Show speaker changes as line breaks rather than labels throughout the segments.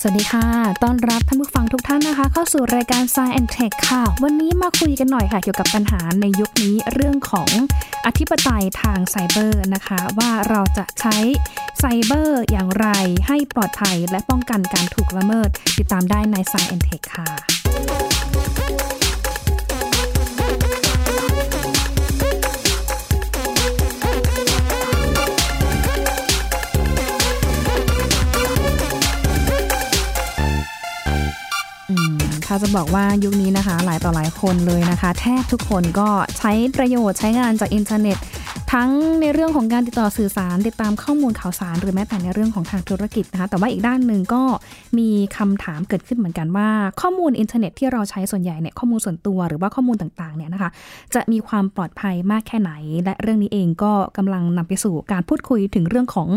สวัสดีค่ะ ต้อนรับท่านผู้ฟังทุกท่านนะคะ เข้าสู่รายการ Science and Tech ค่ะ วันนี้มาคุยกันหน่อยค่ะ เกี่ยวกับปัญหาในยุคนี้เรื่องของอธิปไตยทางไซเบอร์นะคะ ว่าเราจะใช้ไซเบอร์อย่างไรให้ปลอดภัยและป้องกันการถูกละเมิด ติดตามได้ใน Science and Tech ค่ะ อืมถ้าจะบอกว่ายุคนี้นะคะ หลายต่อหลายคนเลยนะคะ แทบทุกคนก็ใช้ประโยชน์ใช้งานจากอินเทอร์เน็ต ทั้งในเรื่องของการติดต่อสื่อสาร ติดตามข้อมูลข่าวสาร หรือแม้แต่ในเรื่องของทางธุรกิจนะคะ แต่ว่าอีกด้านหนึ่งก็มีคำถามเกิดขึ้นเหมือนกันว่า ข้อมูลอินเทอร์เน็ตที่เราใช้ส่วนใหญ่เนี่ยข้อมูลส่วนตัวหรือว่าข้อมูลต่างๆเนี่ยนะคะ จะมีความปลอดภัยมากแค่ไหน และเรื่องนี้เองก็กำลังนำไปสู่การพูดคุยถึงเรื่องของ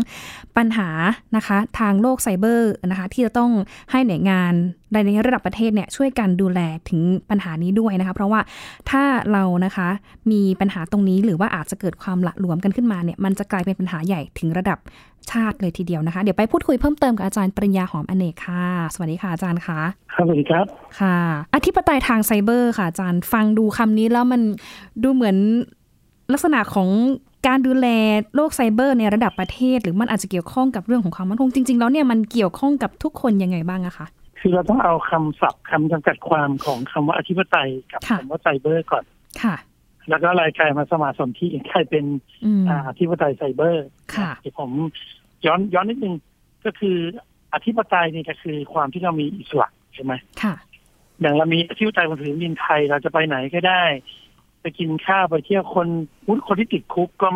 ปัญหานะคะ ทางโลกไซเบอร์นะคะ ที่จะต้องให้หน่วยงานในระดับประเทศเนี่ยช่วยกันดูแลถึงปัญหานี้ด้วยนะคะ เพราะว่าถ้าเรานะคะมีปัญหาตรงนี้หรือว่าอาจจะเกิดความหละหลวมกันขึ้นมาเนี่ยมันจะกลายเป็นปัญหาใหญ่ถึงระดับชาติเลยทีเดียวนะคะ เดี๋ยวไปพูดคุยเพิ่มเติมกับอาจารย์ปริญญาหอมอเนกค่ะ สวัสดีค่ะอาจารย์ค่ะ
ครับสวัสดีครับ
ค่ะ อธิปไตยทางไซเบอร์ค่ะอาจารย์ฟังดูคำนี้แล้วมันดูเหมือนลักษณะของการดูแลโลกไซเบอร์ในระดับประเทศ หรือมันอาจจะเกี่ยวข้องกับเรื่องของความมั่นคงจริง ๆ แล้วเนี่ยมันเกี่ยวข้องกับทุกคนยังไงบ้างอะคะ
คือเราต้องเอาคำศัพท์คำจำกัดความของคำว่าอธิปไตยกับ
ค่ะ
คำว่าไซเบอร์ก่อน
ค่ะ
แล้วก็รายการมาสมาสนที่ใครเป็น
อืม
อ่าอธิปไตยไซเบอร์
ค่ะ
ที่ผมย้อนย้อนนิดนึงก็คืออธิปไตยนี่ก็คือความที่เรามีอิสระใช่ไหม
ค่ะ
อย่างเรามีอธิปไตยบนผืนดินไทย เราจะไปไหนก็ได้ ไปกินข้าวไปเที่ยวคนอุ๊ยคนที่ติดคุกก็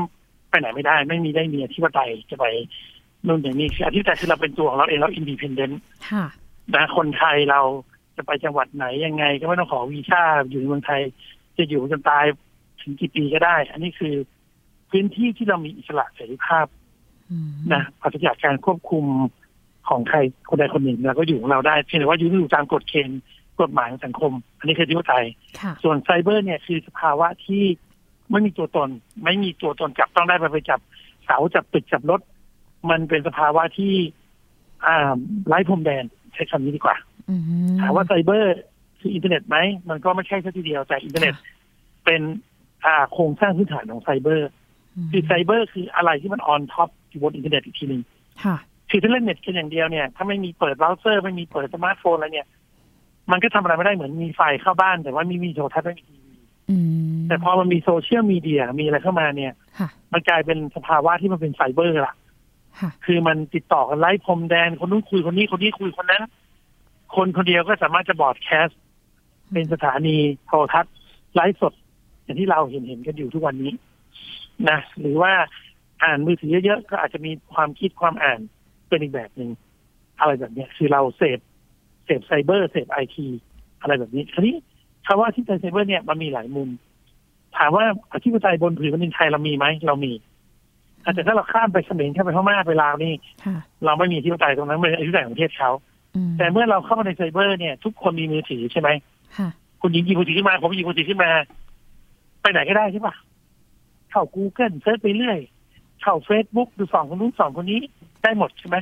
ไปไหนไม่ได้ ไม่มีได้มีอธิปไตยจะไปนู่นอย่างนี้คืออธิปไตยคือเราเป็นตัวของเราเองเราอินดีพเดน
ค่ะ
นะคนไทยเราจะไปจังหวัดไหนยังไง ก็ไม่ต้องขอวีซ่าอยู่ในเมืองไทย จะอยู่จนตายถึงกี่ปีก็ได้ อันนี้คือพื้นที่ที่เรามีอิสระเสรีภาพ
อืม
นะปราศจากการควบคุมของใครคนใดคนหนึ่งเราก็อยู่ของเราได้เพียงแต่ว่าอยู่อยู่ตามกฎเกณฑ์กฎหมายของสังคม อันนี้คือที่ไทย
ค่ะ
ส่วนไซเบอร์เนี่ยคือสภาวะที่ไม่มีตัวตน ไม่มีตัวตนจับต้องได้ไปไปจับเสาจับตึกจับรถ มันเป็นสภาวะที่อ่าไร้พรมแดนใช้คำนี้ดีกว่า
อืม
ถามว่าไซเบอร์คืออินเทอร์เน็ตไหม มันก็ไม่ใช่ซะทีเดียวแต่อินเทอร์เน็ตเป็นอ่าโครงสร้างพื้นฐานของไซเบอร์คือไซเบอร์คืออะไรที่มันออนท็อปอยู่บนอินเทอร์เน็ตอีกทีหนึ่ง
ค่ะ
คือถ้าเล่นเน็ตกันอย่างเดียวเนี่ยถ้าไม่มีเปิดเบราว์เซอร์ไม่มีเปิดสมาร์ทโฟนอะไรเนี่ย มันก็ทำอะไรไม่ได้เหมือนมีไฟเข้าบ้าน แต่ว่าไม่มีโทรทัศน์ไม่มีทีวี
อืม
แต่พอมันมีโซเชียลมีเดียมีอะไรเข้ามาเนี่ย
ค่ะ
มันกลายเป็นสภาวะที่มันเป็นไซเบอร์ละ
ค่ะ
คือมันติดต่อกันไล่พรมแดน คนนู้นคุยคนนี้คนนี้คุยคนนั้น คนคนเดียวก็สามารถจะบอดแคสต์เป็นสถานีโทรทัศน์ไลฟ์สด อย่างที่เราเห็นเห็นกันอยู่ทุกวันนี้นะหรือว่าอ่านมือถือเยอะๆก็อาจจะมีความคิดความอ่านเป็นอีกแบบหนึ่งอะไรแบบเนี้ยคือเราเสพเสพไซเบอร์เสพไอทีอะไรแบบนี้ทีนี้คำว่าที่ไซเบอร์เนี่ยมันมีหลายมุม ถามว่าอธิปไตยบนผืนแผ่นดินไทยเรามีไหมเรามีแต่ถ้าเราข้ามไปเขมรข้ามไปพม่าไปลาวนี่
ค่ะ
เราไม่มีที่ปไตยตรงนั้นเป็นอธิปไตยของประเทศเขา
อืม
แต่เมื่อเราเข้ามาในไซเบอร์เนี่ย ทุกคนมีมือถือใช่ไหม
ค่ะ
คุณหญิงหยิบมือถือขึ้นมาผมหยิบมือถือขึ้นมา ไปไหนก็ได้ใช่ปะเข้า Google เซิร์ชไปเรื่อย เข้า Facebook ดูสองคนนู้นสองคนนี้ได้หมดใช่ไหม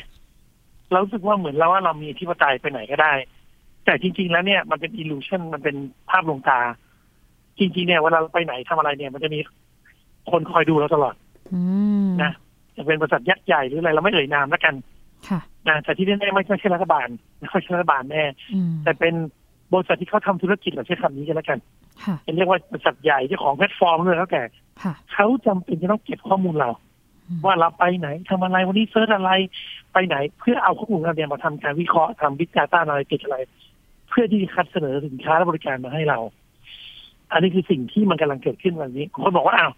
เรารู้สึกว่าเหมือนเราว่าเรามีที่ปไตยไปไหนก็ได้ แต่จริง ๆ แล้วเนี่ยมันเป็นอิลูชันมันเป็นภาพลวงตา จริงๆเนี่ยเวลาเราไปไหนทำอะไรเนี่ย มันจะมีคนคอยดูเราตลอด
อืม
นะจะเป็นบริษัทยักษ์ใหญ่หรืออะไรเราไม่เอ่ยนามแล้วกัน
ค่ะ
นะแต่ที่แน่ๆไม่ใช่รัฐบาลไม่ใช่รัฐบาลแน่
อืม
แต่เป็นบริษัทที่เขาทำธุรกิจเราใช้คำนี้กันแล้วกัน
ค่ะ
เรียกว่าบริษัทใหญ่เจ้าของแพลตฟอร์มเลยแล้วแต่
ค่ะ
เขาจำเป็นจะต้องเก็บข้อมูลเรา ว่าเราไปไหนทำอะไรวันนี้เซิร์ชอะไรไปไหน เพื่อเอาข้อมูลเราเนี่ยมาทำการวิเคราะห์ทำวิจัยต้านอะไรติดอะไร เพื่อที่จะคัดเสนอสินค้าและบริการมาให้เรา อันนี้คือสิ่งที่มันกำลังเกิดขึ้นวันนี้คนบอกว่าอ้าว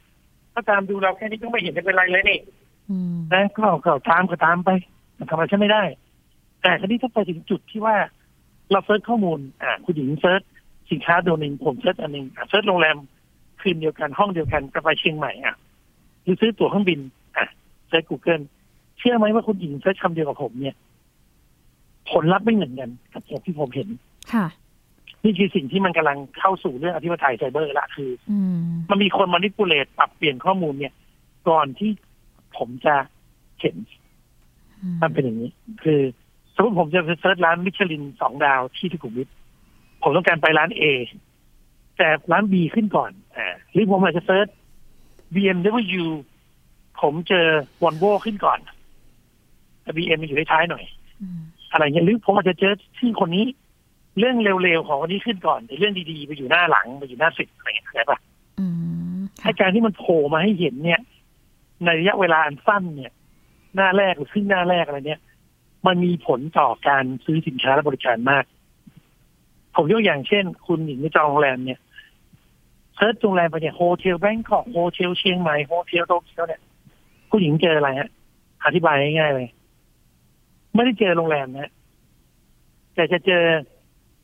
ถ้าตามดูเราแค่นี้ก็ไม่เห็นจะเป็นไรเลยนี่
อืม
นะก็ก็ตามก็ตามไปมันทำอะไรฉันไม่ได้ แต่ทีนี้ถ้าไปถึงจุดที่ว่า เราเซิร์ชข้อมูล อ่า คุณหญิงเซิร์ชสินค้าตัวหนึ่งผมเซิร์ชอันหนึ่งอ่ะเซิร์ชโรงแรมคืนเดียวกันห้องเดียวกันจะไปเชียงใหม่อ่ะหรือซื้อตั๋วเครื่องบิน อ่ะเซิร์ช Google เชื่อไหมว่าคุณหญิงเซิร์ชคำเดียวกับผมเนี่ย ผลลัพธ์ไม่เหมือนกันกับแบบที่ผมเห็น
ค่ะ
นี่คือสิ่งที่มันกำลังเข้าสู่เรื่องอธิปไตยไซเบอร์ละคือ
อืม
มันมีคนมานิปูเลตปรับเปลี่ยนข้อมูลเนี่ย ก่อนที่ผมจะเห็น
อืม
มันเป็นอย่างนี้ คือส มมติผมจะไปเซิร์ชร้านมิชลินสองดาวที่ที่ขุมวิทผมต้องการไปร้านเอแต่ร้านบีขึ้นก่อนอ่าหรือผมอาจจะเซิร์ช BMW ผมเจอวอลโวขึ้นก่อนแต่ BM มันอยู่ท้ายๆหน่อย
อืม
อะไรเงี้ยหรือผมอาจจะเจอที่คนนี้ เรื่องเร็วๆของคนนี้ขึ้นก่อนแต่เรื่องดีๆไปอยู่หน้าหลังไปอยู่หน้าสิบอะไรเงี้ยเข้าใช่ปะ
อืมค่ะ
ให้การที่มันโผล่มาให้เห็นเนี่ย ในระยะเวลาอันสั้นเนี่ย หน้าแรกหรือขึ้นหน้าแรกอะไรเนี่ย มันมีผลต่อการซื้อสินค้าและบริการมาก ผมยกอย่างเช่น คุณหญิงไปจองโรงแรมเนี่ยเซิร์ชโรงแรมไปเนี่ยโฮเทลแบงกอกโฮเทลเชียงใหม่โฮเทลโตเกียวเนี่ยผู้หญิงเจออะไรฮะ อธิบายง่ายๆเลย ไม่ได้เจอโรงแรมนะฮะ แต่จะเจอ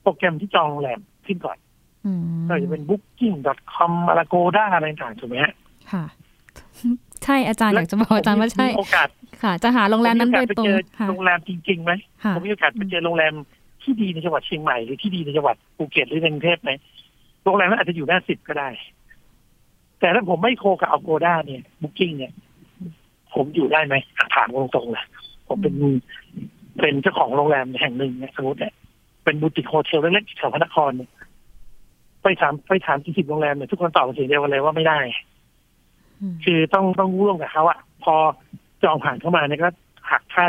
โปรแกรมที่จองโรงแรมขึ้นก่อน
อืม
ก็จะเป็น booking.com อะไร Agoda อะไรต่างๆถูกไหมฮะ
ค่ะ ใช่อาจารย์อยากจะบอกอาจารย์ว่าใช่
ผมมีโอกาส
ค่ะ จะหาโรงแรมนั้นโดยตรง
ผมมีโอกาสไปเจ
ค่ะ
อโรงแรมจริงๆไหม
ค่ะ
ผมมีโอกาสไปเจอโรงแรมที่ดีในจังหวัดเชียงใหม่หรือที่ดีในจังหวัดภูเก็ตหรือในกรุงเทพไหมโรงแรมนั้นอาจจะอยู่หน้าสิบก็ได้ แต่ถ้าผมไม่โคกับ Agoda เนี่ย booking เนี่ย ผมอยู่ได้ไหมอ่ะถามตรงๆเลยผมเป็นเป็นเจ้าของโรงแรมแห่งหนึ่งเนี่ยสมมติเนี่ย เป็นบูติกโฮเทลเล็กๆแถวพระนครเนี่ยไปถามไปถามที่สิบโรงแรมเนี่ยทุกคนตอบเป็นเสียงเดียวกันเลยว่าไม่ได้
อืม
คือต้องต้องร่วมกับเขาอะพอจองผ่านเข้ามาเนี่ยก็หักค่า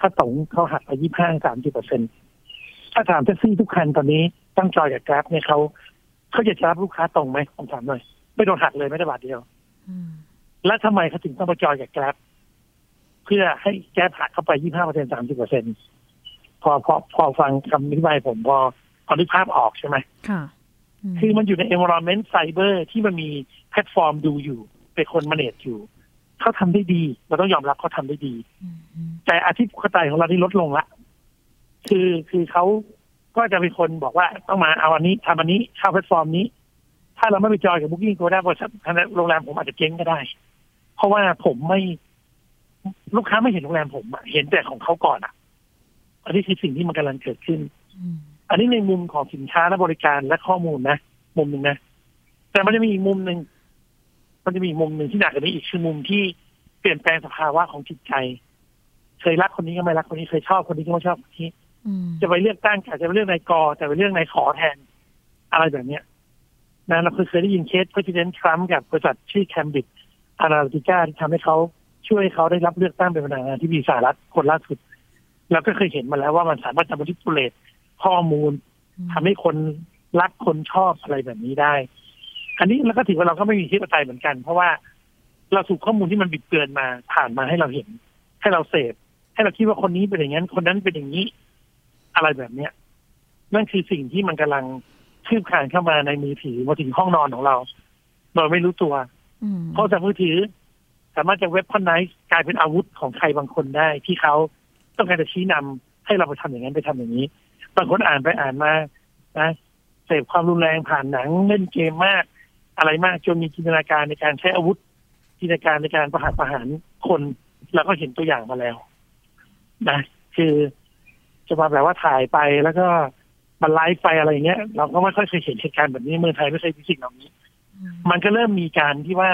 ค่าส่งเขาหักไปยี่ห้าสามสิบเปอร์เซ็นถ้าถามแท็กซี่ทุกคันตอนนี้ต้องจอยกับแกร็บเนี่ยเขาเขาจะรับลูกค้าตรงไหมผมถามหน่อยไม่โดนหักเลยไม่ได้บาทเดียว
อืม
แล้วทำไมเขาถึงต้องไปจอยกับแกร็บเพื่อให้แกร็บหักเข้าไป 25เปอร์เซ็นสามสิบเปอร์เซ็นพอพอพอฟังคำอธิบายผมพอพอนึกภาพออกใช่ไหม
ค่ะม
คือมันอยู่ใน environment cyber ที่มันมีแพลตฟอร์มดูอยู่ เป็นคนมาเนจอยู่ เขาทำได้ดี เราต้องยอมรับเขาทำได้ดี
อืม
แต่อาชีพกระต่ายของเราที่ลดลงละคือคือเขาก็จะเป็นคนบอกว่าต้องมาเอาอันนี้ทำอันนี้เข้าแพลตฟอร์มนี้ ถ้าเราไม่ไปจอยกับบุ๊กิ้งโกได้บริษัทโรงแรมผมอาจจะเจ๊งก็ได้ เพราะว่าผมไม่ ลูกค้าไม่เห็นโรงแรมผมอะเห็นแต่ของเขาก่อนอ่ะ อันนี้คือสิ่งที่มันกำลังเกิดขึ้น
อืม
อันนี้ในมุมของสินค้าและบริการและข้อมูลนะ มุมหนึ่งนะ แต่มันจะมีอีกมุมหนึ่งมันจะมีอีกมุมหนึ่งที่หนักกว่านี้อีกคือมุมที่เปลี่ยนแปลงสภาวะของจิตใจ เคยรักคนนี้ก็ไม่รักคนนี้เคยชอบคนนี้ก็ไม่ชอบคนนี้
อืม
จะไปเลือกตั้งอาจจะไปเลือกนายกอแต่ไปเลือกนายขอแทน อะไรแบบเนี้ยนะเราเคยเคยได้ยินเคส President Trump กับบริษัทชื่อ Cambridge Analytica ที่ทำให้เขาช่วยเขาได้รับเลือกตั้งเป็นประธานาธิบดีสหรัฐคนล่าสุดเราก็เคยเห็นมาแล้วว่ามันสามารถจะมาทิปูเลตข้อมูล ทำให้คนรักคนชอบอะไรแบบนี้ได้ อันนี้แล้วก็ถือว่าเราก็ไม่มีที่ประทยเหมือนกัน เพราะว่าเราถูกข้อมูลที่มันบิดเบือนมาผ่านมาให้เราเห็น ให้เราเสพให้เราคิดว่าคนนี้เป็นอย่างนั้น คนนั้นเป็นอย่างนี้ อะไรแบบเนี้ย นั่นคือสิ่งที่มันกำลังคืบคลานเข้ามาในมือถือมาถึงห้องนอนของเราโดยไม่รู้ตัว
อืม
เพราะจากมือถือ สามารถจะเว็บพอนไนซ์กลายเป็นอาวุธของใครบางคนได้ ที่เขาต้องการจะชี้นำให้เราไปทำอย่างนั้นไปทำอย่างนี้ บางคนอ่านไปอ่านมานะเสพความรุนแรงผ่านหนังเล่นเกมมาก อะไรมากจนมีจินตนาการในการใช้อาวุธ จินตนาการในการประหารประหารคนเราก็เห็นตัวอย่างมาแล้ว นะ คือจะมาแบบว่าถ่ายไปแล้วก็มันไลฟ์ไปอะไรอย่างเงี้ย เราก็ไม่ค่อยเคยเห็นเหตุการณ์แบบนี้เมืองไทยไม่เคยมีสิ่งเหล่านี้ มันก็เริ่มมีการที่ว่า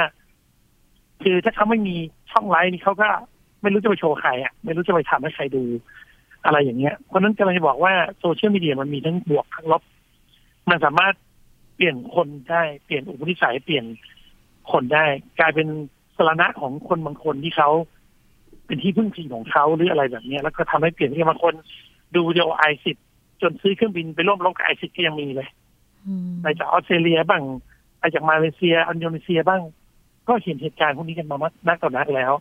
คือถ้าเขาไม่มีช่องไลน์นี่เขาก็ไม่รู้จะไปโชว์ใครอ่ะ ไม่รู้จะไปทำให้ใครดู อะไรอย่างเงี้ยเพราะฉะนั้นกำลังจะบอกว่าโซเชียลมีเดียมันมีทั้งบวกทั้งลบ มันสามารถเปลี่ยนคนได้เปลี่ยนอุปนิสัยเปลี่ยนคนได้ กลายเป็นสรณะของคนบางคนที่เขาเป็นที่พึ่งพิงของเขาหรืออะไรแบบเนี้ย แล้วก็ทำให้เปลี่ยนที่บางคนดูเดียวไอสิจนซื้อเครื่องบินไปร่วมรบกับไอสิก็ยังมีเลย
อืม
ไปจากออสเตรเลียบ้างไปจากมาเลเซียอินโดนีเซียบ้าง ก็เห็นเหตุการณ์พวกนี้กันมามากนักต่อนักแล้ว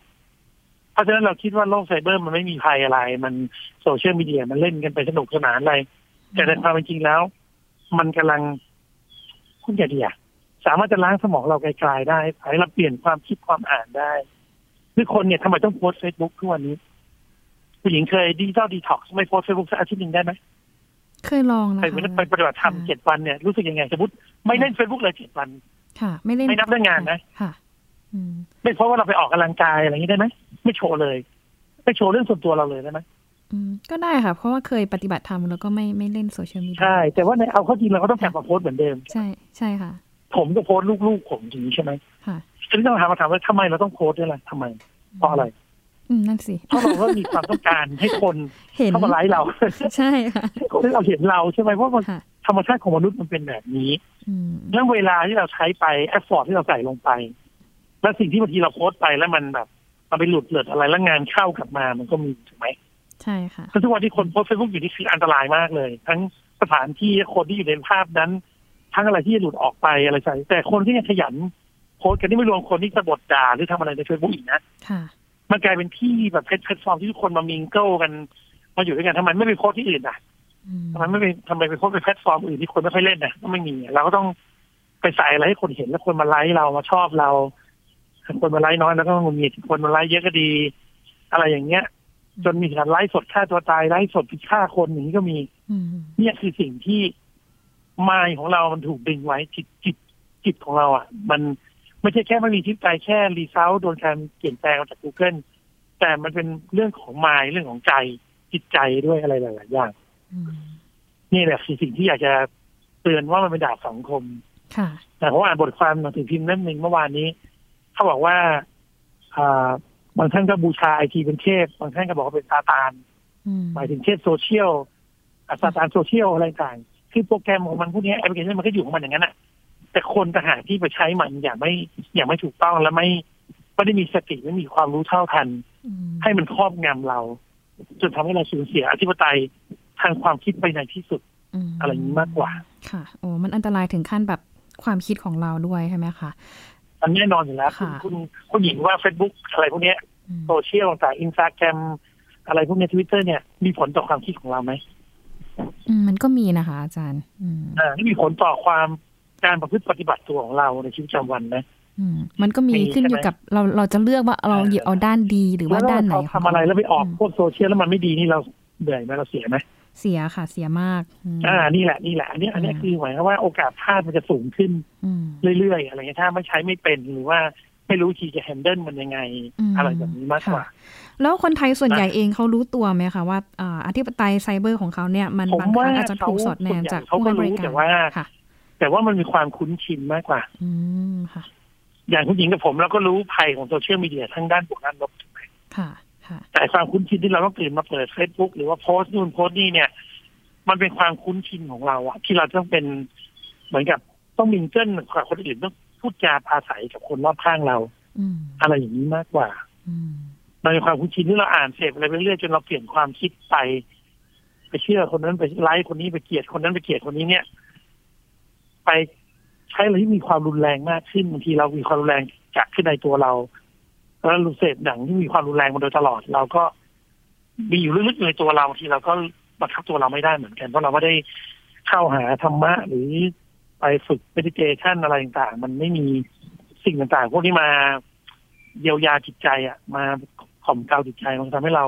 เพราะฉะนั้นเราคิดว่าโลกไซเบอร์มันไม่มีภัยอะไร มันโซเชียลมีเดียมันเล่นกันไปสนุกสนานอะไร แต่ในความเป็นจริงแล้ว มันกำลังคุณอย่าเดียสามารถจะล้างสมองเราไกลๆได้ให้เราเปลี่ยนความคิดความอ่านได้คือคนเนี่ยทำไมต้องโพสเฟซบุ๊กทุกวันนี้ผู้หญิงเคยดิจิตอลดีท็อกซ์ไม่โพสเฟซบุ๊กสักอาทิตย์หนึ่งได้ไหม
เคยลองนะ
ไป
คะ
ไปปฏิบัติธรรมเจ็ดวันเนี่ยรู้สึกยังไงสมมติไม่เล่นเฟซบุ๊กเลยเจ็ดวัน
ค่ะ ไม่เล่น
ไม่นับเรื่องงานนะ
ค่ะอืม
ไม่เพราะว่าเราไปออกกำลังกายอะไรอย่างนี้ได้ไหมไม่โชว์เลย ไม่โชว์เรื่องส่วนตัวเราเลยได้ไหม
อืมก็ได้ค่ะ เพราะว่าเคยปฏิบัติธรรมแล้วก็ไม่ไม่เล่นโซเชียลมีเดีย
ใช่ แต่ว่าในเอาเข้อจริงเราก็ต้องกลับมาโพสต์เหมือนเดิม
ใช่ใช่ค่ะ
ผมก็โพสต์ลูกๆผมอย่างนี้ใช่ไหม
ค่ะ
ทีนี้ต้องถามมาถามว่าทำไมเราต้องโพสต์ด้วยล่ะทำไมเพราะอะไร
อืมนั่นสิ
เพราะเราก็มีความต้องการให้คน
เห็น
เข้ามาไลฟ์เรา
ใช่ค่ะ
ให้คนเราเห็นเราใช่ไหมเพราะมัน
ค่ะ
ธรรมชาติของมนุษย์มันเป็นแบบนี้
อืม
เรื่องเวลาที่เราใช้ไปแอฟฟอร์ที่เราใส่ลงไป และสิ่งที่บางทีเราโพสต์ไปแล้วมันแบบมันไปหลุดเหลืออะไรแล้วงานเข้ากลับมามันก็มีถูกไหม
ใช่ค่ะ
แล้วทุกวันที่คนโพสเฟซบุ๊กอยู่นี่คืออันตรายมากเลย ทั้งสถานที่คนที่อยู่ในภาพนั้น ทั้งอะไรที่หลุดออกไปอะไรใช่แต่คนที่ยังขยันโพสต์กันนี่ไม่รวมคนที่กระบดด่าหรือทำอะไรในเฟซบุ๊กอีกนะ
ค่ะ
มันกลายเป็นที่แบบเพจแพลตฟอร์มที่ทุกคนมามิงเกิลกันมาอยู่ด้วยกันทำไมไม่ไปโพสต์ที่อื่นอ่ะ
อืม
ทำไมไม่ไปทำไมไปโพสต์ในแพลตฟอร์มอื่นที่คนไม่ค่อยเล่นนะก็ไม่มีเราก็ต้องไปใส่อะไรให้คนเห็นแล้วคนมาไลค์เรามาชอบเราคนมาไลค์น้อยแล้วก็งุนงิดคนมาไลค์เยอะก็ดี อะไรอย่างเงี้ย จนมีการไลฟ์สดฆ่าตัวตายไลฟ์สดผิดฆ่าคนอย่างนี้ก็มี
อืม
เนี่ยคือสิ่งที่ไมายของเรามันถูกดึงไว้จิตจิตจิตของเราอ่ะ มันไม่ใช่แค่ไม่มีที่ไปแค่รีเซลโดนการเปลี่ยนแปลงมาจาก Google แต่มันเป็นเรื่องของไมายเรื่องของใจจิตใจด้วยอะไรหลาย ๆ อย่าง
อืม
นี่แหละคือสิ่งที่อยากจะเตือนว่ามันเป็นดาบสังคม
ค่ะ
แต่ผมอ่านบทความหนังสือพิมพ์เล่มหนึ่งเมื่อวานนี้ เขาบอกว่าอ่าบางท่านก็บูชาไอทีเป็นเทพบางท่านก็บอกว่าเป็นซาตาน
อืม
หมายถึงเช่นโซเชียลอัตราการโซเชียลอะไรต่างคือโปรแกรมของมันพวกนี้แอปพลิเคชันมันก็อยู่ของมันอย่างนั้นอะแต่คนต่างหากที่ไปใช้มันอย่างไม่อย่างไม่ถูกต้องและไม่ไม่ได้มีสติไม่มีความรู้เท่าทัน
อืม
ให้มันครอบงำเรา จนทำให้เราสูญเสียอธิปไตยทางความคิดไปในที่สุด
ม
อะไรอย่างนี้มากกว่า
ค่ะโอ้มันอันตรายถึงขั้นแบบความคิดของเราด้วยใช่ไหมคะ
อันแน่นอนอยู่แล้ว
ค่ะ
คุณคุณหญิงว่า Facebook อะไรพวกเนี้ย
อืม
โซเชียลต่างอินสตาแกรมอะไรพวกเนี้ทวิตเตอร์เนี่ย มีผลต่อความคิดของเราไหม
อืมมันก็มีนะคะ อาจารย์อืม
อ่านี่มีผลต่อความการประพฤติปฏิบัติตัวของเราในชีวิตประจำวันนะ
อืมมันก็มี
มี
ขึ้นอยู่
ใช่ไหม
กับเราเราจะเลือกว่าเรา
เออ
หยิบเอาด้านดีหรือว่าด้านไหน
แล้ว
ขง
เรทำอะไรแล้วไปออก
ม
พวกโซเชียลแล้วมันไม่ดีนี่เราเหนื่อยไหมเราเสียไหม
เสียค่ะ เสียมากอืม
อ่านี่แหละนี่แหละอันนี้อันนี้คือหมายความว่าโอกาสพลาดมันจะสูงขึ้น
อืม
เรื่อยๆอะไรเงี้ยถ้าไม่ใช้ไม่เป็นหรือว่าไม่รู้ทีจะแฮนเดิลมันยังไง
อืม
อะไรแบบนี้มากกว่า
ค่ะ แล้วคนไทยส่วน
นะ
ใหญ่เองเขารู้ตัวไหมคะว่าอ่าอธิปไตยไซเบอร์ของเขาเนี่ย มัน
ผม
บางค
ว่า
รั้งอาจจะ
เขา
ถูกสอดแน
ส่ว
ม
นใหญ่
จาก
เขา
ผู้
ก็
ให้บริ
รู้
การ
แต่ว่า
ค่ะ
แต่ว่ามันมีความคุ้นชินมากกว่า
อืมค่ะ
อย่างคุณหญิงกับผมเราก็รู้ภัยของโซเชียลมีเดียทั้งด้านบวกด้านลบ
ค่ะค่ะ
แต่ความคุ้นชินที่เราต้องตื่นมาเปิด Facebook หรือว่าโพสต์นู่นโพสต์นี่เนี่ย มันเป็นความคุ้นชินของเราอะที่เราต้องเป็นเหมือนกับต้องมิงเกิลกับคนอื่นต้องพูดจาปราศัยกับคนรอบข้างเรา
อืม
อะไรอย่างนี้มากกว่า
อืม
มันเป็นความคุ้นชินที่เราอ่านเสพอะไรไปเรื่อยจนเราเปลี่ยนความคิดไป ไปเชื่อคนนั้นไปไลค์คนนี้ไปเกลียดคนนั้นไปเกลียดคนนี้เนี่ย ไปใช้อะไรที่มีความรุนแรงมากขึ้นบางทีเรามีความรุนแรงจากขึ้นในตัวเราแล้วเราเสพหนังที่มีความรุนแรงมาโดยตลอด เราก็มีอยู่ลึกๆอยู่ในตัวเราบางทีเราก็บังคับตัวเราไม่ได้เหมือนกันเพราะเราไม่ได้เข้าหาธรรมะ หรือไปฝึก meditation อะไรต่างๆ มันไม่มีสิ่งต่างๆ พวกนี้มาเยียวยาจิตใจอะมาข่มเกลาจิตใจมันทำให้เรา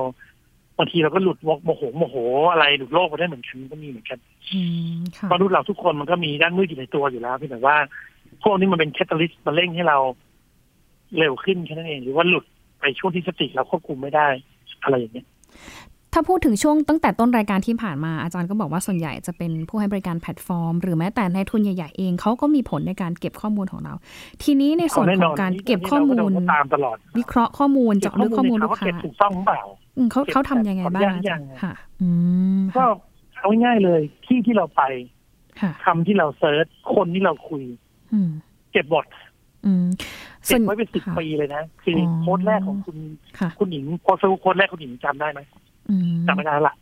บางทีเราก็หลุดโมโหโมโห อะไรหลุดโลกไปได้เหมือนกันก็มีเหมือนกัน
อืมค่ะ
มนุษย์เราทุกคนมันก็มีด้านมืดอยู่ในตัวอยู่แล้วเพียงแต่ว่าพวกนี้มันเป็นแคตตาลิสต์มาเร่งให้เราเร็วขึ้นแค่นั้นเอง หรือว่าหลุดไปช่วงที่สติเราควบคุมไม่ได้ อะไรอย่างเงี้ย
ถ้าพูดถึงช่วงตั้งแต่ต้นรายการที่ผ่านมาอาจารย์ก็บอกว่าส่วนใหญ่จะเป็นผู้ให้บริการแพลตฟอร์ม หรือแม้แต่นายทุนใหญ่ๆเองเขาก็มีผลในการเก็บข้อมูลของเรา ทีนี้ในส่วน
เอาแน่
ข
น
อ
อง น
การ
นี่
เก็บข้อมู
เรา
ล
ก็ตามตลอด
วิเคราะห์ข้อมูลเจาะลึกข้อมูล
เบ
ลูก
ข้
ค้า
เก็บถูกต้องหรือเปล่า
อืมเขา
เก็บ
เขาทำยังไงบ้าง
ขออนุญาตหรือยัง
ค่ะ อืม
ก็เอาง่ายๆเลยที่ที่เราไป
ค่ะ
คำที่เราเซิร์ชคนที่เราคุย
อืม
เก็บหมด
อืม
เก็บไว้เป็นสิบ
ค่ะ
ปีเลยนะคืออ
อ
โพสต์แรกของคุณ
ค่ะ
คุณหญิงโพสต์โพสต์แรกคุณหญิงจำได้ไหม
อืม
จำไม่ได้ละ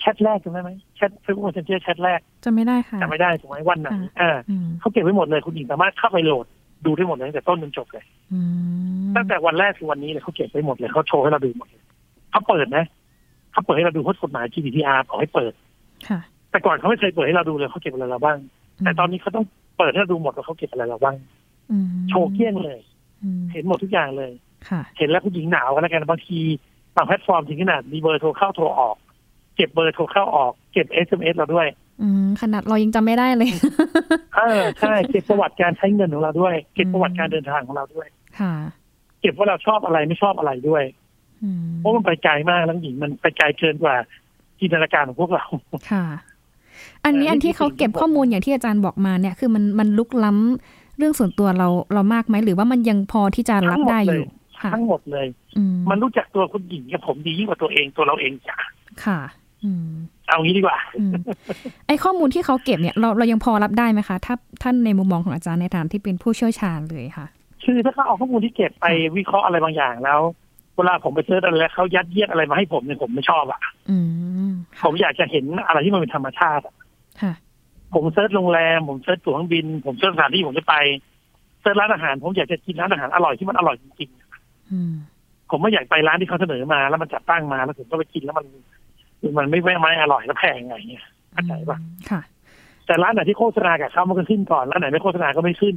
แชทแรกจำได้ไหมแชทเฟซบุ๊กเซนเจอร์แชทแรก
จำไม่ได้ค่ะ
จำไม่ได้ถูกไหมวันไหน
ค่ะ
อ่า
อืม
เขาเก็บไว้หมดเลยคุณหญิงสามารถเข้าไปโหลดดูได้หมดเลยตั้งแต่ต้นจนจบเลย
อืม
ตั้งแต่วันแรกถึงวันนี้เลยเขาเก็บไว้หมดเลยเขาโชว์ให้เราดูหมดเลยเขาเปิดนะเขาเปิดให้เราดูเขากฎหมาย GDPR บอกให้เปิด
ค่ะ
แต่ก่อนเขาไม่เคยเปิดให้เราดูเลยเขาเก็บอะไรเราบ้าง แต่ตอนนี้เขาต้องเปิดให้เราดูหมดว่าเขาเก็บอะไรเราบ้าง
อืม
โชว์เกลี้ยงเลย
อืม
เห็นหมดทุกอย่างเลย
ค่ะ
เห็นแล้วคุณหญิงหนาวกันแล้วกันบางทีบางแพลตฟอร์มถึงขนาดมีเบอร์โทรเข้าโทรออก เก็บเบอร์โทรเข้าออกเก็บ SMS เราด้วย
อืมขนาดเรายังจำไม่ได้เลย
เออใช่เก็บประวัติการใช้เงินของเราด้วย เก็บประวัติการเดินทางของเราด้วย
ค่ะ
เก็บว่าเราชอบอะไรไม่ชอบอะไรด้วย
อืม
เพราะมันไปไกลมากแล้วหญิงมันไปไกลเกินกว่าจินตนาการของพวกเรา
ค่ะ อันนี้
เอ่อนี่
อันที่
คือ
เขาเก็บ
สิ่งที่ผม
ข้อมูลอย่างที่อาจารย์บอกมาเนี่ย คือมันมันลุกล้ำเรื่องส่วนตัวเราเรามากไหมหรือว่ามันยังพอที่จะรับ
ทั้งหม
ได้
เล
อย ยู่ ค่ะ
ทั้งหมดเลย
อืม
มันรู้จักตัวคุณหญิงกับผมดียิ่งกว่าตัวเองตัวเราเองจ้ะ
ค่ะ อืม
เอางี้ดีกว่า
อืมไอข้อมูลที่เขาเก็บเนี่ยเราเรายังพอรับได้ไหมคะ ถ้าท่านในมุมมองของอาจารย์ในฐานะที่เป็นผู้เชี่ยวชาญเลยค่ะ
คือถ้าเขาเอาข้อมูลที่เก็บไปวิเคราะห์อะไรบางอย่างแล้ว เวลาผมไปเซิร์ชอะไรแล้วเขายัดเยียดอะไรมาให้ผมเนี่ยผมไม่ชอบอ่ะ
อืม
ผ
ค่ะ
มอยากจะเห็นอะไรที่มันเป็นธรรมชาติอะ
ค่ะ
ผมเซิร์ชโรงแรมผมเซิร์ชตั๋วเครื่องบิน ผมเซิร์ชสถานที่ผมจะไปเซิร์ชร้านอาหาร ผมอยากจะกินร้านอาหารอร่อยที่มันอร่อยจริง
อืม
ๆผมไม่อยากไปร้านที่เขาเสนอมาแล้วมันจัดตั้งมาแล้วผมก็ไปกินแล้วมัน มันไม่ไม่ไม่อร่อยแล้วแพงไงเนี่ยเข้าใจปะ
ค่ะ
แต่ร้านไหนที่โฆษณากับเขามันก็ขึ้นก่อนร้านไหนไม่โฆษณาก็ไม่ขึ้น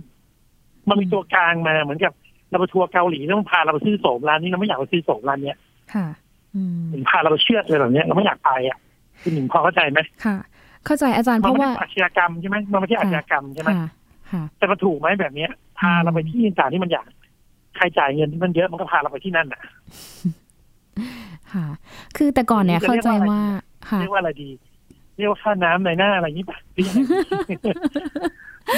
มันมีตัวกลางมาเหมือนกับเราไปทัวร์เกาหลีต้องพาเราไปซื้อโสมร้านนี้เราไม่อยากไปซื้อโสมร้านเนี้ย
ค่ะ อืม
หนิงพาเราไปเชื่อดเลยแบบเนี้ยเราไม่อยากไปอ่ะคุณหนิงพอเข้าใจไหม
ค่ะ เข้าใจอาจารย์เพ
มัน
ราะ
ไม่
ว่า
ใช่อาชญากรรมใช่ไหมมันไม่ใช่อาชญากรรมใช่ไหม
ค่ะ ค่ะ
แต่มันถูกไหมแบบเนี้ยพาเราไปที่ต่างที่มันอยากใครจ่ายเงินที่มันเยอะมันก็พาเราไปที่นั่นอ่ะ
ค่ะ คือแต่ก่อนเนี่ย
จะ
เข้า
เรียก
ใจ
ว่าอะไร
ว่า ค่ะ
เรียกว่าอะไรดี เรียกว่าค่าน้ำในหน้าอะไรอย่างนี้ป่ะหรือ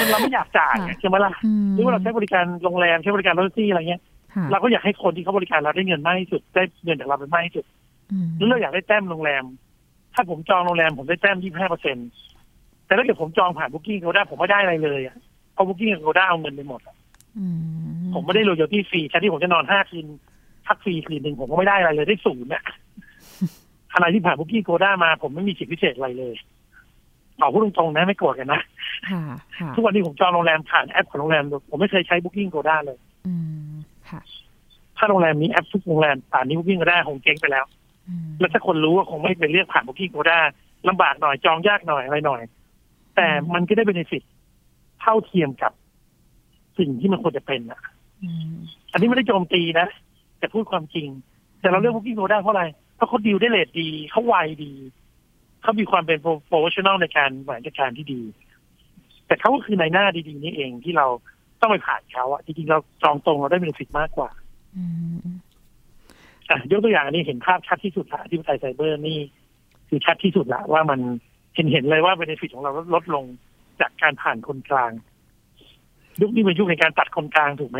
ยังไงมันเราไม่อยากจ่ายอะใช่ไหมล่ะ
อืม
หรือว่าเราใช้บริการโรงแรมใช้บริการรถแท็กซี่อะไรเงี้ย
ค่ะ
เราก็อยากให้คนที่เขาบริการเราได้เงินมากที่สุดได้เงินจากเราไปมากที่สุด
อืม
หรือเราอยากได้แต้มโรงแรม ถ้าผมจองโรงแรมผมได้แต้ม 25เปอร์เซ็นแต่ถ้าเกิดผมจองผ่านบุ๊กิ้งโกด้าผมไม่ได้อะไรเลยอะเพราะบุ๊กิ้งโกด้าเอาเงินไปหมดอะ
อื
ผมไม่ได้โรยที่ฟรีแทนที่ผมจะนอนห้าคืนพักฟรีคืนหนึ่งผมก็ไม่ได้อะไรเลยได้ศูนย์ อะอะไรที่ผ่านบุ๊กิ้งโกด้ามาผมไม่มีสิทธิพิเศษอะไรเลยเอาพูดตรงๆนะไม่โกรธกันนะ
ค่ะ ค่ะ
ทุกวันนี้ผมจองโรงแรมผ่านแอปของโรงแรมผมไม่เคยใช้บุ๊กิ้งโกด้าเลย
อืมค่ะ
ถ้าโรงแรมมีแอปทุกโรงแรมป่านนี้บุ๊กิ้งโกด้าคงเจ๊งไปแล้ว
อืม
แล้วถ้าคนรู้ก็คงไม่ไปเลือกผ่านบุกิ้งโกด้าลำบากหน่อยจองยากหน่อยอะไรหน่อย แต่มันก็ได้เบนฟิตเท่าเทียมกับสิ่งที่มันควรจะเป็นอ่ะ
อืม
อันนี้ไม่ได้โจมตีนะแต่พูดความจริง แต่เราเลือกบุกิ้งโกด้าเพราะอะไรเพราะเขาดีลได้เลทดีเขาไวดี เขามีความเป็นโปรเฟชชั่นอลในการบริหารจัดการที่ดี แต่เขาก็คือในหน้าดีๆนี่เองที่เราต้องไปผ่านเขาอะจริงๆเราจองตรงเราได้เบนฟิตมากกว่า
อืม
อ่ะยกตัวอย่างอันนี้เห็นภาพชัดที่สุดละที่ไทยไซเบอร์นี่คือชัดที่สุดละว่ามันเห็นเห็นเลยว่าเบนฟิตของเราลดลงจากการผ่านคนกลาง ยุคนี้เป็นยุคในการตัดคนกลางถูกไหม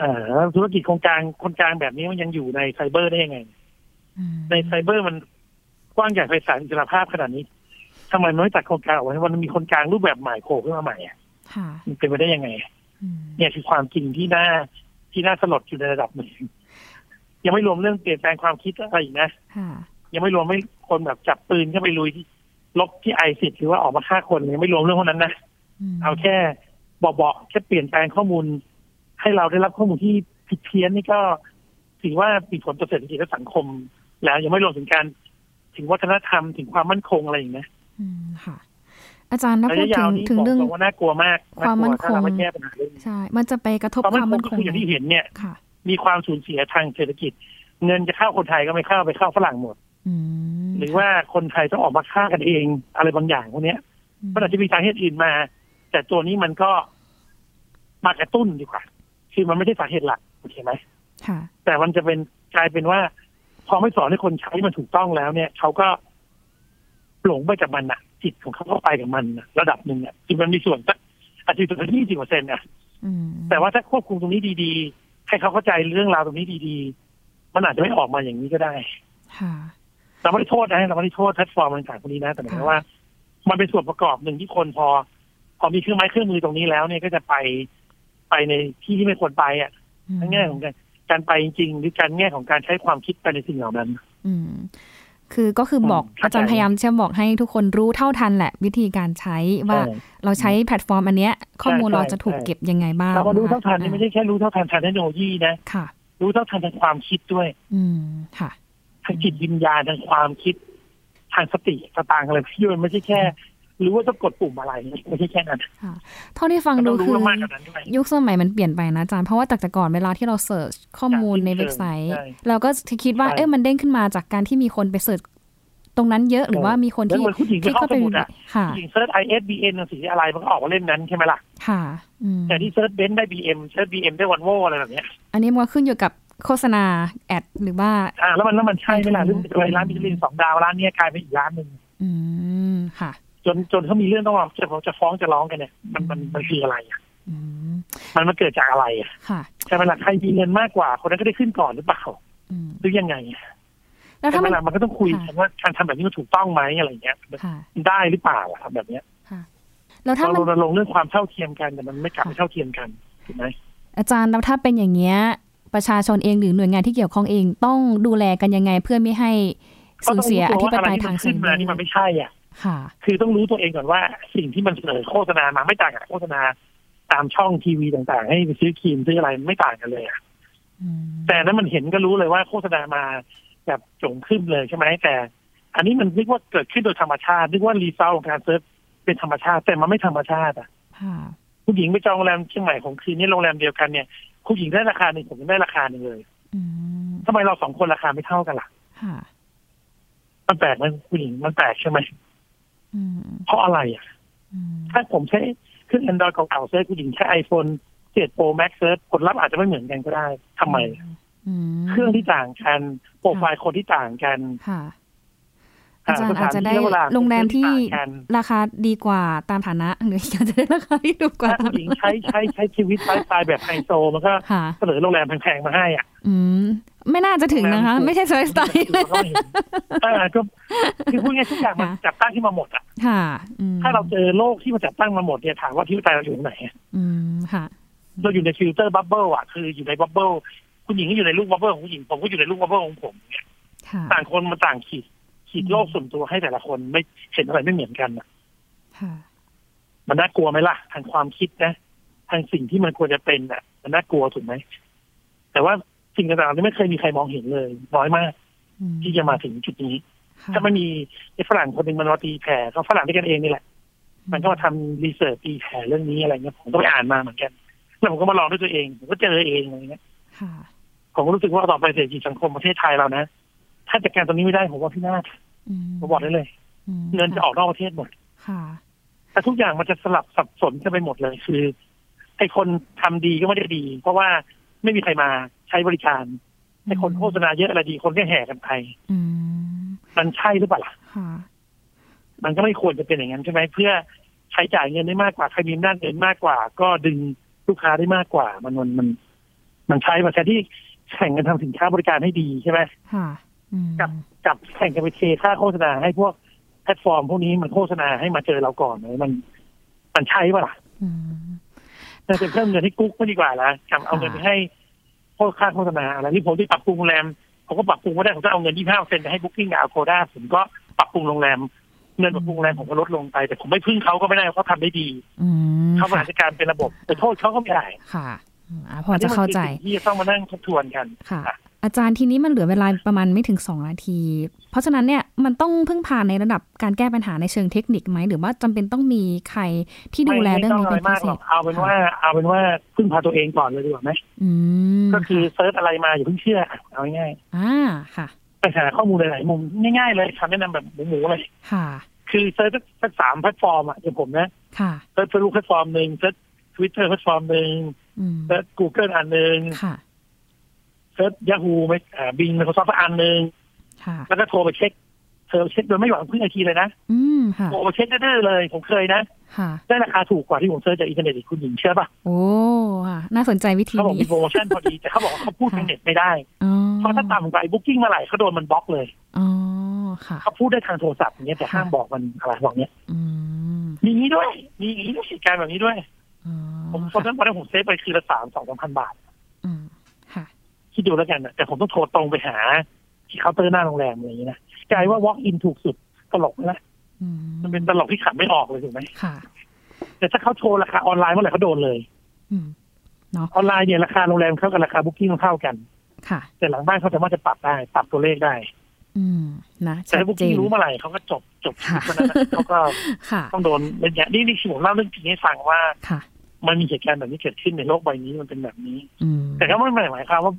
อ่าแล้วธุรกิจคนกลางคนกลางแบบนี้มันยังอยู่ในไซเบอร์ได้ยังไง
อืม
ในไซเบอร์มันกว้างใหญ่ไพศาลอิสระภาพขนาดนี้ทำไมมันไม่ตัดคนกลางออกไว้มันมีคนกลางรูปแบบใหม่โผล่ขึ้นมาใหม่อะ
ค่ะ
มันเป็นไปได้ยังไง
อืม
เนี่ยคือความจริงที่น่าที่น่าสลดอยู่ในระดับหนึ่งยังไม่รวมเรื่องเปลี่ยนแปลงความคิดอะไรอีกนะ
ค่ะ
ยังไม่รวมไม่คนแบบจับปืนเข้าไปลุยที่ลบที่ไอซิดหรือว่าออกมาฆ่าคนยังไม่รวมเรื่องพวกนั้นนะ
ม
เอาแค่บอกบอกแค่เปลี่ยนแปลงข้อมูล ให้เราได้รับข้อมูลที่ผิดเพี้ยนนี่ก็ถือว่ามีผลต่อเศรษฐกิจและสังคม แล้วยังไม่รวมถึงการถึงวัฒนธรรมถึงความมั่นคงอะไรอย่างนะ
อืมค่ะ อาจารย์ถ้า
ระ
พูด
ยะ
ถึ
ยาว
ง
นี่
ถึง
บอก
เรื่อง
ตรงว่าน่ากลัวมากน่ากลัวถ้าเราไม่แก้ปัญหาเรื่องนี้
ใช่ มันจะไปกระทบ
ความ
ค
มั่
วาม
น
มั่น
คงก็
คง
คืออย่างที่เห็นเนี่ย
ค่ะ
มีความสูญเสียทางเศรษฐกิจ เงินจะเข้าคนไทยก็ไม่เข้าไปเข้าฝรั่งหมด
อืม
หรือว่าคนไทยต้องออกมาฆ่ากันเองอะไรบางอย่างพวกเนี้ย
อืม
มันอาจจะมีสาเหตุอื่นมา แต่ตัวนี้มันก็มากระตุ้นดีกว่า คือมันไม่ใช่สาเหตุหลักโอเคไหม
ค่ะ
แต่มันจะเป็นกลายเป็นว่า พอไม่สอนให้คนใช้มันถูกต้องแล้วเนี่ยเขาก็หลงไปกับมันอะจิตของเขาก็ไปกับมันน่ะระดับหนึ่งอะคือมันมีส่วนสักอาจจะถึงยี่สิบเปอร์เซ็นต์อะ
อืม
แต่ว่าถ้าควบคุมตรงนี้ดีๆ ให้เขาเข้าใจเรื่องราวตรงนี้ดีๆ มันอาจจะไม่ออกมาอย่างนี้ก็ได้
ค่ะ
เราไม่ได้โทษนะเราไม่ได้โทษแพลตฟอร์มต่างๆพวกนี้นะ แต่หมายถึงว่า มันเป็นส่วนประกอบหนึ่งที่คนพอ พอมีเครื่องไม้เครื่องมือตรงนี้แล้วเนี่ยก็จะไปไปในที่ที่ไม่ควรไปอ่ะทั้งแง่ของการการไปจริงๆหรือการแง่ของการใช้ความคิดไปในสิ่งเหล่านั้น
อืมคือก็คือบอก
เข้าใจ
อาจารย์พยายามจะบอกให้ทุกคนรู้เท่าทันแหละ วิธีการใช้ว่า
เออ
เราใช้แพลตฟอร์มอันเนี้ย ข้อมูล
ใช่
เราจะถูก
ใช่
เก็บยังไงบ้าง
เราก็รู้เท่าทัน
อ่
นี่ไม่ใช่แค่รู้เท่าทันทางเทคโนโลยีนะ
ค่ะ
รู้เท่าทันทางความคิดด้วย
อืมค่ะ
ทางจิตวิญญาณทางความคิด ทางสติสตางค์อะไรพี่ด้วยมันไม่ใช่แค่ รู้ว่าต้องกดปุ่มอะไรไม่ใช่แค่นั้น
เท่าที่ฟังดูคือ
มากกว่านั้นด้วย
ยุคสมัยมันเปลี่ยนไปนะอาจารย์เพราะว่าจากแต่ก่อนเวลาที่เราเสิร์ชข้อมูลในเว็บไซต์
ใช่
เราก็จะคิดว่า
ใช่
เอ๊ะมันเด้งขึ้นมาจากการที่มีคนไปเสิร์ชตรงนั้นเยอะหรือว่ามีคน
แล้ว
ที่
เหมือนผู้หญิง
ที่
ที่เข้า
เข้า
ส
ไป
มุดอ่ะ
ค่ะ
ผู้หญิงเซิร์ช ISBN หนังสืออะไรมันก็ออกมาเล่มนั้นใช่ไหมล่ะ
ค่ะอืม
แต่ที่เซิร์ชเบนซ์ได้ BM เซิร์ช BM ได้วันโวอะไรแบบเนี้ย
อันนี้มันก็ขึ้นอยู่กับโฆษณาแอดหรือว่า
อ่าแล้วมันแล้วมันใช่ไหมล่ะ
ใช่
หรือ
ค่ะ
ไปร้านมิชลินสองดาวร้านเนี้ยกลายเป็นอีกร้านหนึ่ง
อืมค่ะ
จนจนเขามีเรื่องต้องมาจะจะฟ้องจะร้องกันเนี่ยมันมันมันคืออะไรอ่ะ
อืม
มันมันเกิดจากอะไรอ่ะ
ค่ะ
ใช่ไหมล่ะใครมีเงินมากกว่า คนนั้นก็ได้ขึ้นก่อนหรือเปล่า
อืม
หรือยังไง
แล้วถ้า
ใช่ไห
มัน
มล่ะมันก็ต้องคุย
ค่ะ
กันว่าการทำแบบนี้มันถูกต้องไหมอะไรอย่างเงี้ย
ค่ะ
มันได้หรือเปล่าอะครับแบบเนี้ย
ค่ะ แล้วถ้า
เรา
มั
ร
น
ณรงค์เรื่องความเท่าเทียมกันแต่มันไม่กลับไม่เท่าเทียมกันถูกไหม
อาจารย์แล้วถ้าเป็นอย่างเงี้ย ประชาชนเองหรือหน่วยงานที่เกี่ยวข้องเองต้องดูแลกันยังไงเพื่อไม่ให้สูญเสียอธิปไตยทาง
ขึ้
สื่
น
อ
มานี่มันไม่ใช่อ่ะ
ค่ะ
คือต้องรู้ตัวเองก่อนว่าสิ่งที่มันเสนอโฆษณามาไม่ต่างกับโฆษณาตามช่องทีวีต่างๆ ให้ไปซื้อครีมซื้ออะไรไม่ต่างกันเลยอะ
อืม
แต่นั้นมันเห็นก็รู้เลยว่าโฆษณามาแบบจงขึ้นเลยใช่ไหมแต่ อันนี้มันนึกว่าเกิดขึ้นโดยธรรมชาตินึกว่ารีเซลของการเซิร์ฟเป็นธรรมชาติ แต่มันไม่ธรรมชาติอ่ะ
ค่ะ
ผู้หญิงไปจองโรงแรมเชียงใหม่ของคืนนี้โรงแรมเดียวกันเนี่ยผู้หญิงได้ราคาหนึ่งผมได้ราคาหนึ่งเลย
อืม
ทำไมเราสองคนราคาไม่เท่ากันล่ะ
ค่ะ
มันแปลกไหมผู้หญิงมันแปลกใช่ไหม
อืม
เพราะอะไรอ่ะ
อืม
ถ้าผมใช้เครื่อง Android เก่าๆเซิร์ชผู้หญิงใช้ iPhone 7 Pro Max เซิร์ชผลลัพธ์อาจจะไม่เหมือนกันก็ได้ทำไม
อืม
เครื่องที่ต่างกัน โปรไฟล์คนที่ต่างกัน
ค่ะ อาจารย์อาจจะได้
สถนที่เที่ยวลา
โรงแรมที่
ต่างกัน
ราคาดีกว่าตามฐานะหรืออาจจะได้ราคาที่ถูกกว่า
ถ้าผู้หญิงใช้ใช้ใช้ชีวิตไลฟ์สไตล์แบบไฮโซมันก็
ค่ะ
เสนอโรงแรมแพงๆมาให้ อ่ะ
อืม ไม่น่าจะถึงนะคะ ไม่ใช่สไลด์สไตล์
มันก็เห็นเออก็คือพูดง่ายๆทุกอย่างมัน
ค่ะ
จับตั้งที่มาหมดอ่ะ
ค่ะอืม
ถ้าเราเจอโลกที่มันจับตั้งมาหมดเนี่ยถามว่าที่วิตยเราอยู่ตรงไหนอะ
อืมค่ะ
เราอยู่ในฟิลเตอร์บับเบิลอ่ะคืออยู่ในบับเบิลคุณหญิงก็อยู่ในลูกบับเบิลของผู้หญิงผมก็อยู่ในลูกบับเบิลของผมเนี่ย
ค่ะ
ต่างคนมันต่างขีดขีดโลกส่วนตัวให้แต่ละคนไม่เห็นอะไรไม่เหมือนกันอะ
ค่ะ
มันน่ากลัวไหมล่ะ ทางความคิดนะ ทางสิ่งที่มันควรจะเป็นอ่ะ มันน่ากลัวถูกไหมแต่ว่าสิ่งต่างๆนี่ไม่เคยมีใครมองเห็นเลย น้อยมาก
อืม
ที่จะมาถึงจุดนี้
ค่ะ
ถ้าไม่มีไอ้ฝรั่งคนหนึ่งมันมาตีแผ่เขาฝรั่งด้วยกันเองนี่แหละ มันก็มาทำรีเสิร์ชตีแผ่เรื่องนี้อะไรเงี้ยผมก็ไปอ่านมาเหมือนกันแล้วผมก็มาลองด้วยตัวเองผมก็เจอเองอะไรเงี้ย
ค่ะ
ผมก็รู้สึกว่าต่อไปเศรษฐกิจสังคมประเทศไทยเรานะ ถ้าจัดการตรงนี้ไม่ได้ผมว่าพี่นาศ
อืม
ผมบอกได้เลย
ม
เงินจะออกนอกประเทศหมด
ค่ะ
แต่ทุกอย่างมันจะสลับสับสนกันไปหมดเลย คือไอ้คนทำดีก็ไม่ได้ดี เพราะว่าไม่มีใครมาใช้บริการไอ้คนโฆษณาเยอะอะไรดีคนก็แห่กันไป
อืม
มันใช่หรือเปล่าล่ะ
ค่ะ
มันก็ไม่ควรจะเป็นอย่างนั้นใช่ไหมเพื่อใช้จ่ายเงินได้มากกว่าใครมีอำนาจเงินมากกว่า ก็ดึงลูกค้าได้มากกว่า มันมันมันมันใช้มาแทนที่แข่งกันทำสินค้าบริการให้ดีใช่ไหม
ค่ะอืม
กับ จับแข่งกันไปเทค่าโฆษณาให้พวกแพลตฟอร์มพวกนี้มันโฆษณาให้มาเจอเราก่อนเลยมัน มันใช่ปะล่ะ
อืม
น่าจะเพิ่มเงินให้กุ๊กก็ดีกว่าละกับเอาเงินไปให้พวกค่าโฆษณาอะไรนี่ผมที่ปรับปรุงโรงแรมผมก็ปรับปรุงไม่ได้ผมจะเอาเงินยี่ห้าเปอร์เซ็นต์ไปให้บุ๊กิ้งกับอาโคด้าผมก็ปรับปรุงโรงแรมเงินปรับปรุงโรงแรมผมก็ลดลงไป แต่ผมไม่พึ่งเขาก็ไม่ได้เขาทำได้ดี
อืม
เขาบริ
ค่ะ
หารจัดการเป็นระบบแต่โทษเขาก็ไม่ได้
ค่ะอืมอ่าพอจะเข้าใจ
อันนี้มันคือสิ่งที่จะต้องมานั่งทบทวนกัน
ค่ะ อาจารย์ทีนี้มันเหลือเวลาประมาณไม่ถึง 2 นาที เพราะฉะนั้นเนี่ยมันต้องพึ่งพาในระดับการแก้ปัญหาในเชิงเทคนิคไหม หรือว่าจำเป็นต้องมีใครที่ดูแลเรื่องนี้
ไม่
เป็น
ไม่ต้
พิ
องอะไรมาก
เศ
หรอ
ษ
กเอาเป็นว่า เอาเป็นว่าพึ่งพาตัวเองก่อนเลยดีกว่าไหม
อืม
ก็คือเซิร์ชอะไรมาอย่าเพิ่งเชื่ออ่ะเอาง่าย
อ่าค่ะ
ๆไปหาข้อมูลหลายๆมุมง่ายๆเลยคำแนะนำแบบหมูๆเลย
ค่ะ
คือเซิร์ชสักสามแพลตฟอร์มอ่ะอย่างผมนะ
ค่ะ
เซิร์ชเฟซบุ๊กแพลตฟอร์มหนึ่งเซิร์ชทวิตเตอร์แพลตฟอร์มหนึ่ง
อืม
เซิร์ชกูเกิลอันหนึ่ง
ค่ะ
เซิร์ชย a ฮูไม่อ่าบิงไมโครซอฟท์อันหนึ่ง
ค่ะ
แล้วก็โทรไปเช็คเธอเช็คโดยไม่หวังพึ่งไอทีเลยนะ
อืมค่ะ
โทรไปเช็คดื้อๆเลยผมเคยนะ
ค่ะ
ได้ราคาถูกกว่าที่ผมเซิร์ชจากอินเทอร์เน็ตอีกคุณหญิงเชื่อป่ะ
โอ้ค่ะน่าสนใจวิธี
เขาบอก
นี้
มีโปรโมชั่นพอดีแต่เขาบอกว่าเขาพูดทางเน็ตไม่ได้
อ๋อ
เพราะถ้าต่ำกว่าไอ้บุ๊กิ้งเมื่อไหร่เขาโดนมันบล็อกเลย
อ๋อค่ะ
เขาพูดได้ทางโทรศัพท์อย่างเงี้ยแต่ห้ามบอกมันอะไรบอกเนี้ย
อืม
มีอย่างนี้ด้วย มีอย่างนี้ด้วยเหตุการณ์แบบนี้ด้วย
อ๋อ
ผมตอน
ค่ะ
นั้นวันนั้นผมเซฟไปคืนละสามสองสามพันบาท
อืมค่ะ
คิดดูแล้วกันนะแต่ผมต้องโทรตรงไปหา ที่เคาน์เตอร์หน้าโรงแรมอะไรอย่างนี้นะกลายว่า walk in ถูกสุดตลกนะ
อื
มันเป็นตลกที่ขับไม่ออกเลยถูกไหม
ค่ะ
แต่ถ้าเขาโชว์ราคาออนไลน์เมื่อไหร่เขาโดนเลย
อืมเนาะ
ออนไลน์เนี่ยราคาโรงแรมเขากับราคาบุ๊กิ้งเท่ากัน
ค่ะ
แต่หลังบ้านเขาสามารถจะปรับได้ปรับตัวเลขได้
อืมนะ
แต่
ชัด
ถ้าบุ๊
เจ
กิ้ง
น
รู้เมื่อไหร่เขาก็จบจบ
ค่ะ
วันนั้นนะเขาก็
ค่ะ
ต้องโดนเป็นอย่างนี้นี่คือผมเล่าเรื่องจริงให้ฟังว่า
ค่ะ
มันมีเหตุการณ์แบบนี้เกิดขึ้นในโลกใบนี้มันเป็นแบบนี้
อืม
แต่ก็ไม่ได้หมายความว่า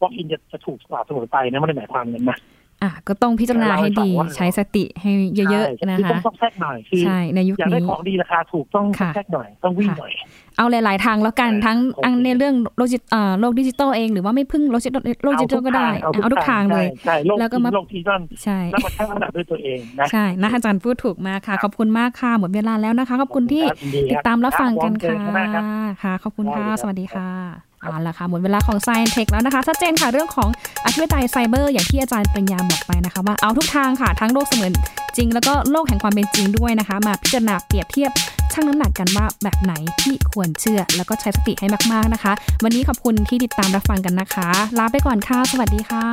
บล็อกอินจะจะถูกกว่าเสมอไปนะไม่ได้หมายความอย่างนั้นนะ
อ่ะก็ต้องพิจารณาให้ดี
เราให้ฟังว่า
ใช้สติให้เยอะๆ
ใช่
นะ
คือต้อ
คะ
งต้องแทรกหน่อยคือ
ใช่ในยุค
อยากได้
นี้
ของดีราคาถูกต้อง
ค่ะ
แทรกหน่อย ต้องวิ่ง
ค่ะ
หน่อย
เอาหลาย ๆ ทางแล้วกัน
ใช่
ทั้ง
โอเค
อันในเรื่องโลจิเอ่อโลกดิจิตอลเองหรือว่าไม่พึ่งโลจิตอลโลกดิจิตอลก็ได้
เอา
เอาทุกทางเลย
ใช่ใช่โลก
แล้วก็
ที
มา
โลกทีนั่น
ใช่
แล้วมาชั่งน้ำหนักด้วยตัวเองนะ
ใช่นะอาจารย์พูดถูกมากค่ะ ขอบคุณมากค่ะหมดเวลาแล้วนะคะขอบคุณที่
รับยิน
ติด
ครับ
ตามรับฟังกัน
เจอ
ค่ะ
ข้างหน้าครับ
ค่ะ ขอบคุณค่ะ
ได้เลยครับ
สวัสดีค่ะ เอาละค่ะหมดเวลาของ Science Tech แล้วนะคะชัดเจนค่ะเรื่องของอธิปไตยไซเบอร์อย่างที่อาจารย์ปริญญาบอกไปนะคะ ว่าเอาทุกทางค่ะทั้งโลกเสมือนจริง แล้วก็โลกแห่งความเป็นจริงด้วยนะคะ มาพิจารณาเปรียบเทียบชั่งน้ำหนักกันว่าแบบไหนที่ควรเชื่อ แล้วก็ใช้สติให้มากๆนะคะ วันนี้ขอบคุณที่ติดตามรับฟังกันนะคะ ลาไปก่อนค่ะสวัสดีค่ะ